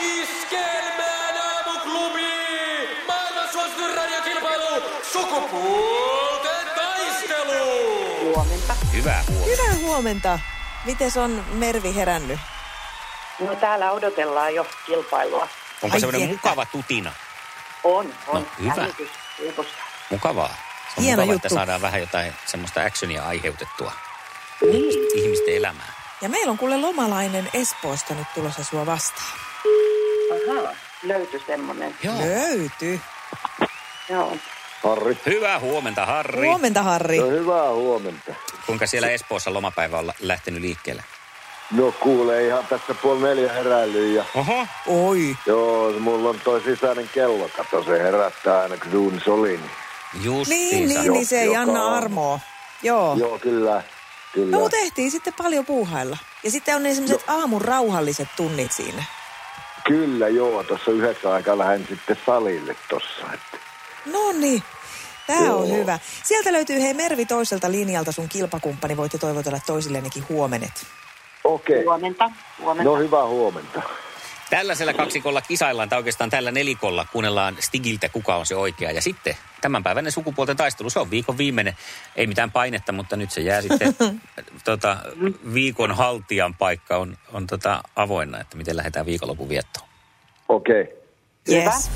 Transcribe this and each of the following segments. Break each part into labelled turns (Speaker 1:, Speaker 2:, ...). Speaker 1: Iskelmään aamuklubi! Maailman suosituin radiokilpailu! Sukupuolten taistelu!
Speaker 2: Huomenta.
Speaker 3: Hyvä huomio.
Speaker 4: Hyvää huomenta. Miten on Mervi herännyt?
Speaker 2: No täällä odotellaan jo kilpailua.
Speaker 3: Onko
Speaker 4: Ai
Speaker 3: semmoinen
Speaker 4: että.
Speaker 3: mukava tutina?
Speaker 2: On, on.
Speaker 3: No, hyvä.
Speaker 2: Jännitys lipussa.
Speaker 3: Mukavaa. Se on
Speaker 4: Hieno
Speaker 3: mukava,
Speaker 4: juttu.
Speaker 3: että saadaan vähän jotain semmoista actionia aiheutettua ihmisten-
Speaker 4: Niin.
Speaker 3: ihmisten elämään.
Speaker 4: Ja meillä on kuule lomalainen Espoosta nyt tulossa sua vastaan.
Speaker 2: Ahaa, löytyi semmonen.
Speaker 3: Joo.
Speaker 4: Löytyy.
Speaker 2: Joo.
Speaker 5: Harri.
Speaker 3: Hyvää huomenta, Harri.
Speaker 4: Huomenta Harri.
Speaker 5: No hyvää huomenta.
Speaker 3: Kuinka siellä Espoossa lomapäivä on lä- lähtenyt liikkeelle?
Speaker 5: No kuule, ihan tässä puoli neljä heräillyt ja
Speaker 3: Oho.
Speaker 4: Oi.
Speaker 5: joo, mulla on toi sisäinen kello, kato se herättää aina kun duunis oli. Niin.
Speaker 4: Niin,
Speaker 3: Justiinsa.
Speaker 4: niin, niin se ei
Speaker 5: Joka
Speaker 4: anna
Speaker 5: aamu.
Speaker 4: armoa. Joo.
Speaker 5: Joo, kyllä, kyllä.
Speaker 4: Oh. No mutta ehtii sitten paljon puuhailla. Ja sitten on ne semmoiset aamun rauhalliset tunnit siinä.
Speaker 5: Kyllä joo, tuossa yhdeksän aikaa lähden sitten salille tossa. Että.
Speaker 4: No niin. Tää on
Speaker 5: Joo.
Speaker 4: hyvä. Sieltä löytyy hei Mervi toiselta linjalta sun kilpakumppani. Voitte toivotella toisillenikin huomenet.
Speaker 5: Okei,
Speaker 2: Huomenta, huomenta.
Speaker 5: no hyvää huomenta.
Speaker 3: Tällaisella kaksikolla kisaillaan, tai oikeastaan tällä nelikolla kuunnellaan Stigiltä, kuka on se oikea. Ja sitten tämänpäiväinen sukupuolten taistelu, se on viikon viimeinen. Ei mitään painetta, mutta nyt se jää sitten tota, viikon haltijan paikka on, on tota, avoinna, että miten lähdetään viikonlopun viettoon.
Speaker 5: Okei,
Speaker 2: Hyvä.
Speaker 4: Yes.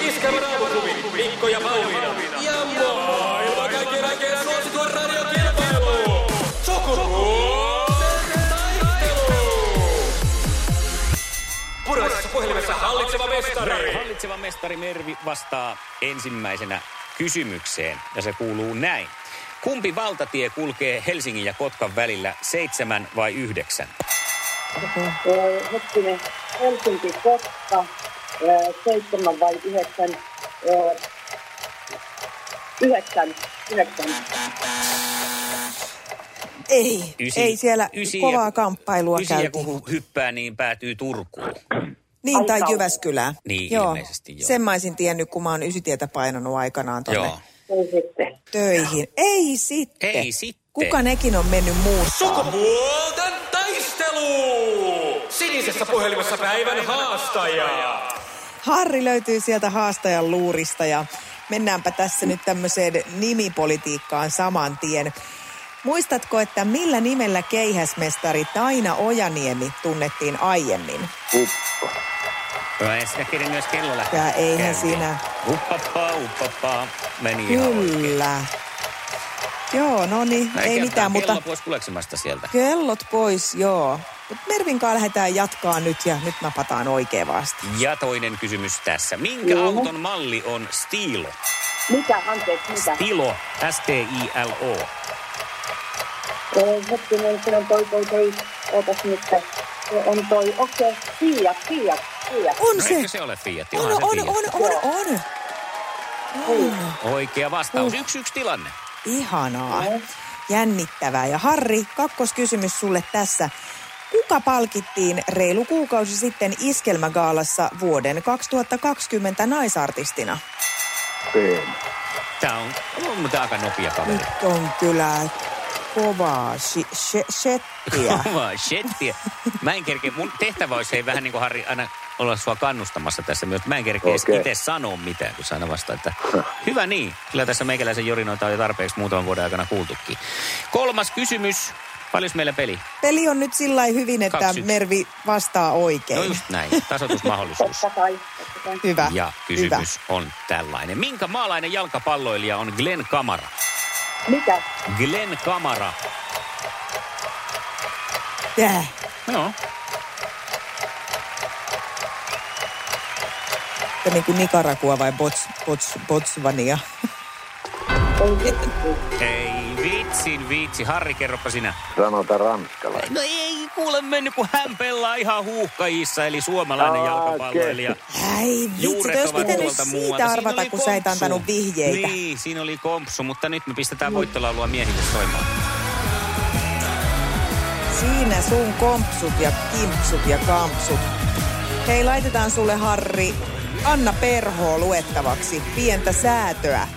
Speaker 1: Iskelmän aamuklubi! Mikko ja Pauliina. Ja maailman kaikkien aikeen suosituin radiokilpailu! Sukupuolten taistelu! Puraisessa puhelimessa hallitseva mestari!
Speaker 3: Hallitseva mestari Mervi vastaa ensimmäisenä kysymykseen, ja se kuuluu näin. Kumpi valtatie kulkee Helsingin ja Kotkan välillä, seitsemän vai yhdeksän?
Speaker 2: Ö, Hetkinen, Helsinki, Kotka, ö, seitsemän vai yhdeksän? Ö, Yhdeksän, yhdeksän.
Speaker 4: Ei,
Speaker 3: Ysi-
Speaker 4: ei siellä
Speaker 3: ysi ja-
Speaker 4: kovaa kamppailua
Speaker 3: ysi ja
Speaker 4: käytiin.
Speaker 3: kun hu- hyppää, niin päätyy Turkuun.
Speaker 4: Niin, tai
Speaker 2: Aika on.
Speaker 4: Jyväskylään.
Speaker 3: Niin, ilmeisesti joo.
Speaker 4: Sen mä olisin tiennyt, kun mä oon ysitietä painanut aikanaan tonne
Speaker 3: Joo.
Speaker 2: Ei sitten.
Speaker 4: töihin. Ei sitten.
Speaker 3: Ei sitten.
Speaker 4: Kuka nekin on mennyt muuttaa?
Speaker 1: Sukupuolten taistelu! Sinisessä puhelimessa päivän haastaja!
Speaker 4: Harri löytyy sieltä haastajan luurista ja mennäänpä tässä nyt tämmöiseen nimipolitiikkaan saman tien. Muistatko, että millä nimellä keihäsmestari Taina Ojaniemi tunnettiin aiemmin?
Speaker 5: uppa.
Speaker 3: Mä en sitä keren myös kello lähtee.
Speaker 4: Ja eihän
Speaker 3: käyntiin.
Speaker 4: siinä-
Speaker 3: Uppappa, uppappa. Meni ihan oikein.
Speaker 4: Kyllä. Joo, no niin,
Speaker 3: Mä en
Speaker 4: ei
Speaker 3: kertaa
Speaker 4: mitään,
Speaker 3: kello
Speaker 4: mutta
Speaker 3: pois kuleksimasta sieltä.
Speaker 4: Kellot pois, joo. Mutta Mervinkaan lähdetään jatkaa nyt ja nyt napataan oikein vasta.
Speaker 3: Ja toinen kysymys tässä. Minkä
Speaker 2: Joo.
Speaker 3: auton malli on Stilo?
Speaker 2: Mitä, anteeksi, mitä?
Speaker 3: Stilo, S-T-I-L-O.
Speaker 2: Ö, Hetkinen, se on toi, toi, toi. Ootas nyt. se On toi, okei, Fiat, Fiat, Fiat.
Speaker 4: On
Speaker 3: No
Speaker 4: se!
Speaker 3: eikö se ole Fiat?
Speaker 4: On,
Speaker 3: Onhan
Speaker 4: on,
Speaker 3: se
Speaker 4: on,
Speaker 3: Fiat.
Speaker 4: on, on, on. Oh.
Speaker 3: Oikea vastaus. Yksi yksi tilanne.
Speaker 4: Ihanaa. Jännittävää. Ja Harri, kakkoskysymys sulle tässä. Kuka palkittiin reilu kuukausi sitten Iskelmägaalassa vuoden 2020 naisartistina?
Speaker 5: Teen.
Speaker 3: Tämä on, on mutta aika nopea kaveri.
Speaker 4: Nyt on kyllä kovaa shi- she- shettiä.
Speaker 3: Kovaa shettiä. Mä en kerkeä, mun tehtävä olisi hei, vähän niin kuin Harri aina olla sua kannustamassa tässä myös. Mä en kerkeä okay.
Speaker 5: Okei.
Speaker 3: itse sanoa mitään, kun sä aina vastaan, että hyvä niin. Kyllä tässä meikäläisen jorinoita on jo tarpeeksi muutaman vuoden aikana kuultukin. Kolmas kysymys. Paljonko meillä peli?
Speaker 4: Peli on nyt sillä lailla hyvin, että
Speaker 3: Kaksi yksi.
Speaker 4: Mervi vastaa oikein.
Speaker 3: No just näin. Tasoitusmahdollisuus.
Speaker 2: Totta kai, totta kai.
Speaker 4: Hyvä.
Speaker 3: Ja kysymys on tällainen. Minkä maalainen jalkapalloilija on Glenn Kamara?
Speaker 2: Mitä?
Speaker 3: Glenn Kamara.
Speaker 4: Hyvä. Tää.
Speaker 3: Joo.
Speaker 4: Ja niin kuin Nicaragua vai Bots, Bots, Botsvania.
Speaker 3: Ei vitsin vitsi. Harri, kerropa sinä.
Speaker 5: Sanotaan ranskalainen.
Speaker 3: No ei, ku kuule mennyt, kun hän pelaa ihan huuhkajissa, eli suomalainen
Speaker 5: Aa,
Speaker 3: jalkapalloilija.
Speaker 4: Ai vitsi,
Speaker 3: Juuret
Speaker 4: te olisi
Speaker 3: ovat
Speaker 4: pitänyt
Speaker 3: tuolta muualta.
Speaker 4: siitä
Speaker 3: Siinä
Speaker 4: arvata,
Speaker 3: oli
Speaker 4: kun sä et
Speaker 3: kompsu.
Speaker 4: antanut vihjeitä.
Speaker 3: Niin, siinä oli kompsu, mutta nyt me pistetään voittolaulua miehille soimaan.
Speaker 4: Siinä sun kompsut ja kimpsut ja kampsut. Hei, laitetaan sulle Harri Anna Perhoa luettavaksi. Pientä säätöä.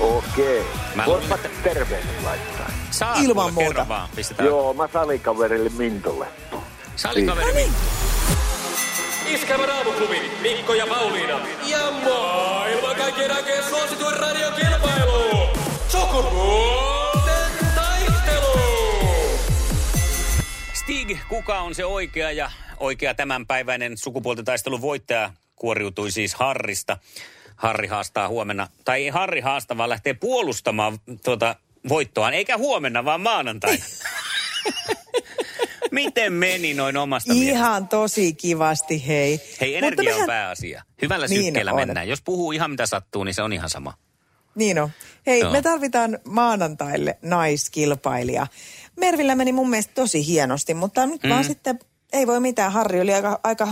Speaker 5: Okei.
Speaker 3: Mä
Speaker 5: Voit
Speaker 3: luulen,
Speaker 5: mä terveiset laittaa.
Speaker 3: Saa
Speaker 4: Ilman
Speaker 3: kuule,
Speaker 4: muuta.
Speaker 3: Kerro vaan, pistetään.
Speaker 5: Joo, mä salikaverille Mintolle.
Speaker 3: Salikaveri
Speaker 1: Iskävä raamuklubi, Mikko ja Pauliina. Ja maailman kaikkien aikeen suosituen radiokilpailu. Sukupuolten taistelu.
Speaker 3: Stig, kuka on se oikea ja oikea tämänpäiväinen sukupuolten taistelun voittaja kuoriutui siis Harrista. Harri haastaa huomenna, tai ei Harri haasta, vaan lähtee puolustamaan tuota voittoaan, eikä huomenna, vaan maanantaina. Miten meni noin omasta mielestä?
Speaker 4: No niin, Ihan tosi kivasti, hei.
Speaker 3: Hei,
Speaker 4: Mutta
Speaker 3: energia on
Speaker 4: mehän-
Speaker 3: pääasia. Hyvällä
Speaker 4: Niin
Speaker 3: sykkeellä
Speaker 4: on.
Speaker 3: mennään. Jos puhuu ihan mitä sattuu, niin se on ihan sama.
Speaker 4: Niin on. Hei,
Speaker 3: Joo.
Speaker 4: me tarvitaan maanantaille naiskilpailija. Mervillä meni mun mielestä tosi hienosti, mutta nyt
Speaker 3: Mm.
Speaker 4: vaan sitten ei voi mitään. Harri oli aika, aika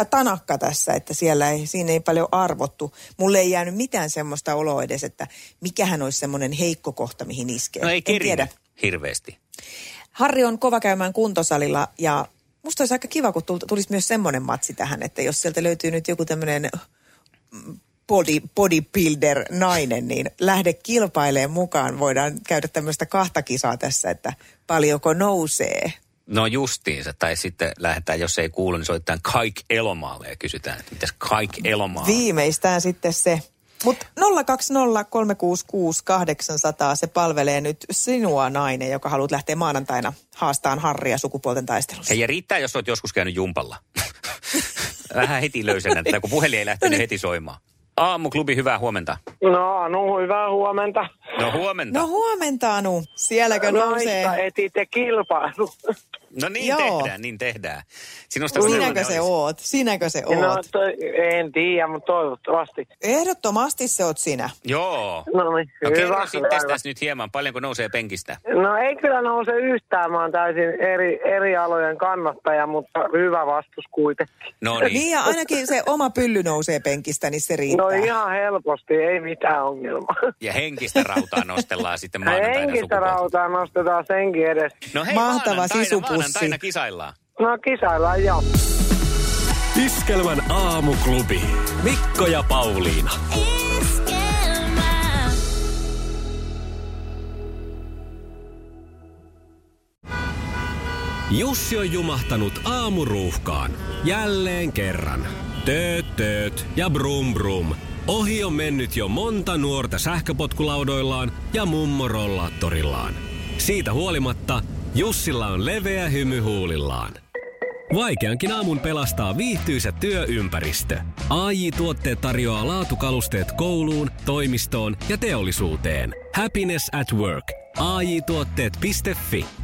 Speaker 4: äh, tanakka tässä, että siellä ei, siinä ei paljon arvottu. Mulle ei jäänyt mitään semmoista oloa edes, että mikähän olisi semmoinen heikko kohta, mihin iskee.
Speaker 3: No ei
Speaker 4: en tiedä.
Speaker 3: kerinyt hirveästi.
Speaker 4: Harri on kova käymään kuntosalilla ja musta olisi aika kiva, kun tul- tulisi myös semmoinen matsi tähän, että jos sieltä löytyy nyt joku tämmöinen body, bodybuilder-nainen, niin lähde kilpailemaan mukaan. Voidaan käydä tämmöistä kahta kisaa tässä, että paljonko nousee.
Speaker 3: No justiinsa, tai sitten lähdetään, jos ei kuulu, niin soitetaan Kaik Elomaalle ja kysytään, että mitäs Kaik Elomaa on.
Speaker 4: Viimeistään sitten se. Mutta 020366800, se palvelee nyt sinua nainen, joka haluat lähteä maanantaina haastaan Harria sukupuolten taistelussa.
Speaker 3: Hei, ja riittää, jos olet joskus käynyt jumpalla. Vähän heti löysänä, että kun puhelin ei
Speaker 4: No
Speaker 3: lähtenyt
Speaker 4: niin.
Speaker 3: heti soimaan. Aamuklubi, hyvää huomenta.
Speaker 6: No, no hyvää huomenta.
Speaker 3: No huomenta.
Speaker 4: No
Speaker 3: No,
Speaker 4: huomenta Anu, sielläkö nousee?
Speaker 6: Naista etitte kilpailu.
Speaker 3: niin
Speaker 4: joo.
Speaker 3: tehdään, niin tehdään. Sinusta
Speaker 4: Sinäkö
Speaker 3: sellainen
Speaker 4: se
Speaker 3: olisi.
Speaker 4: oot? Sinäkö se
Speaker 6: No,
Speaker 4: oot?
Speaker 6: to, en tiedä, mutta toivottavasti.
Speaker 4: Ehdottomasti se oot sinä.
Speaker 3: Joo.
Speaker 6: No niin,
Speaker 3: No
Speaker 6: hyvä.
Speaker 3: kerro sitten tässä nyt hieman, paljonko nousee penkistä.
Speaker 6: No ei kyllä nouse yhtään, mä oon täysin eri, eri alojen kannattaja, mutta hyvä vastus kuitenkin.
Speaker 3: No
Speaker 4: Niin. niin
Speaker 3: niin.
Speaker 4: ja ainakin se oma pylly nousee penkistä, niin se riittää.
Speaker 6: No ihan helposti, ei mitään ongelmaa.
Speaker 3: Ja henkistä rautaa nostellaan sitten maanantaina
Speaker 6: Henkistä
Speaker 3: sukupuolta.
Speaker 6: rautaa nostetaan senkin edes.
Speaker 3: No hei,
Speaker 4: Mahtava
Speaker 3: maanantaina,
Speaker 4: sisupussi.
Speaker 3: maanantaina kisaillaan.
Speaker 6: No kisaillaan joo.
Speaker 7: Iskelmän aamuklubi. Mikko ja Pauliina.
Speaker 8: Esquema.
Speaker 7: Jussi on jumahtanut aamuruuhkaan. Jälleen kerran. Tööt, tööt ja brum brum. Ohi on mennyt jo monta nuorta sähköpotkulaudoillaan ja mummorollaattorillaan. Siitä huolimatta Jussilla on leveä hymy huulillaan. Vaikeankin aamun pelastaa viihtyisä työympäristö. AJ Tuotteet tarjoaa laatukalusteet kouluun, toimistoon ja teollisuuteen. Happiness at work. AJ Tuotteet.fi.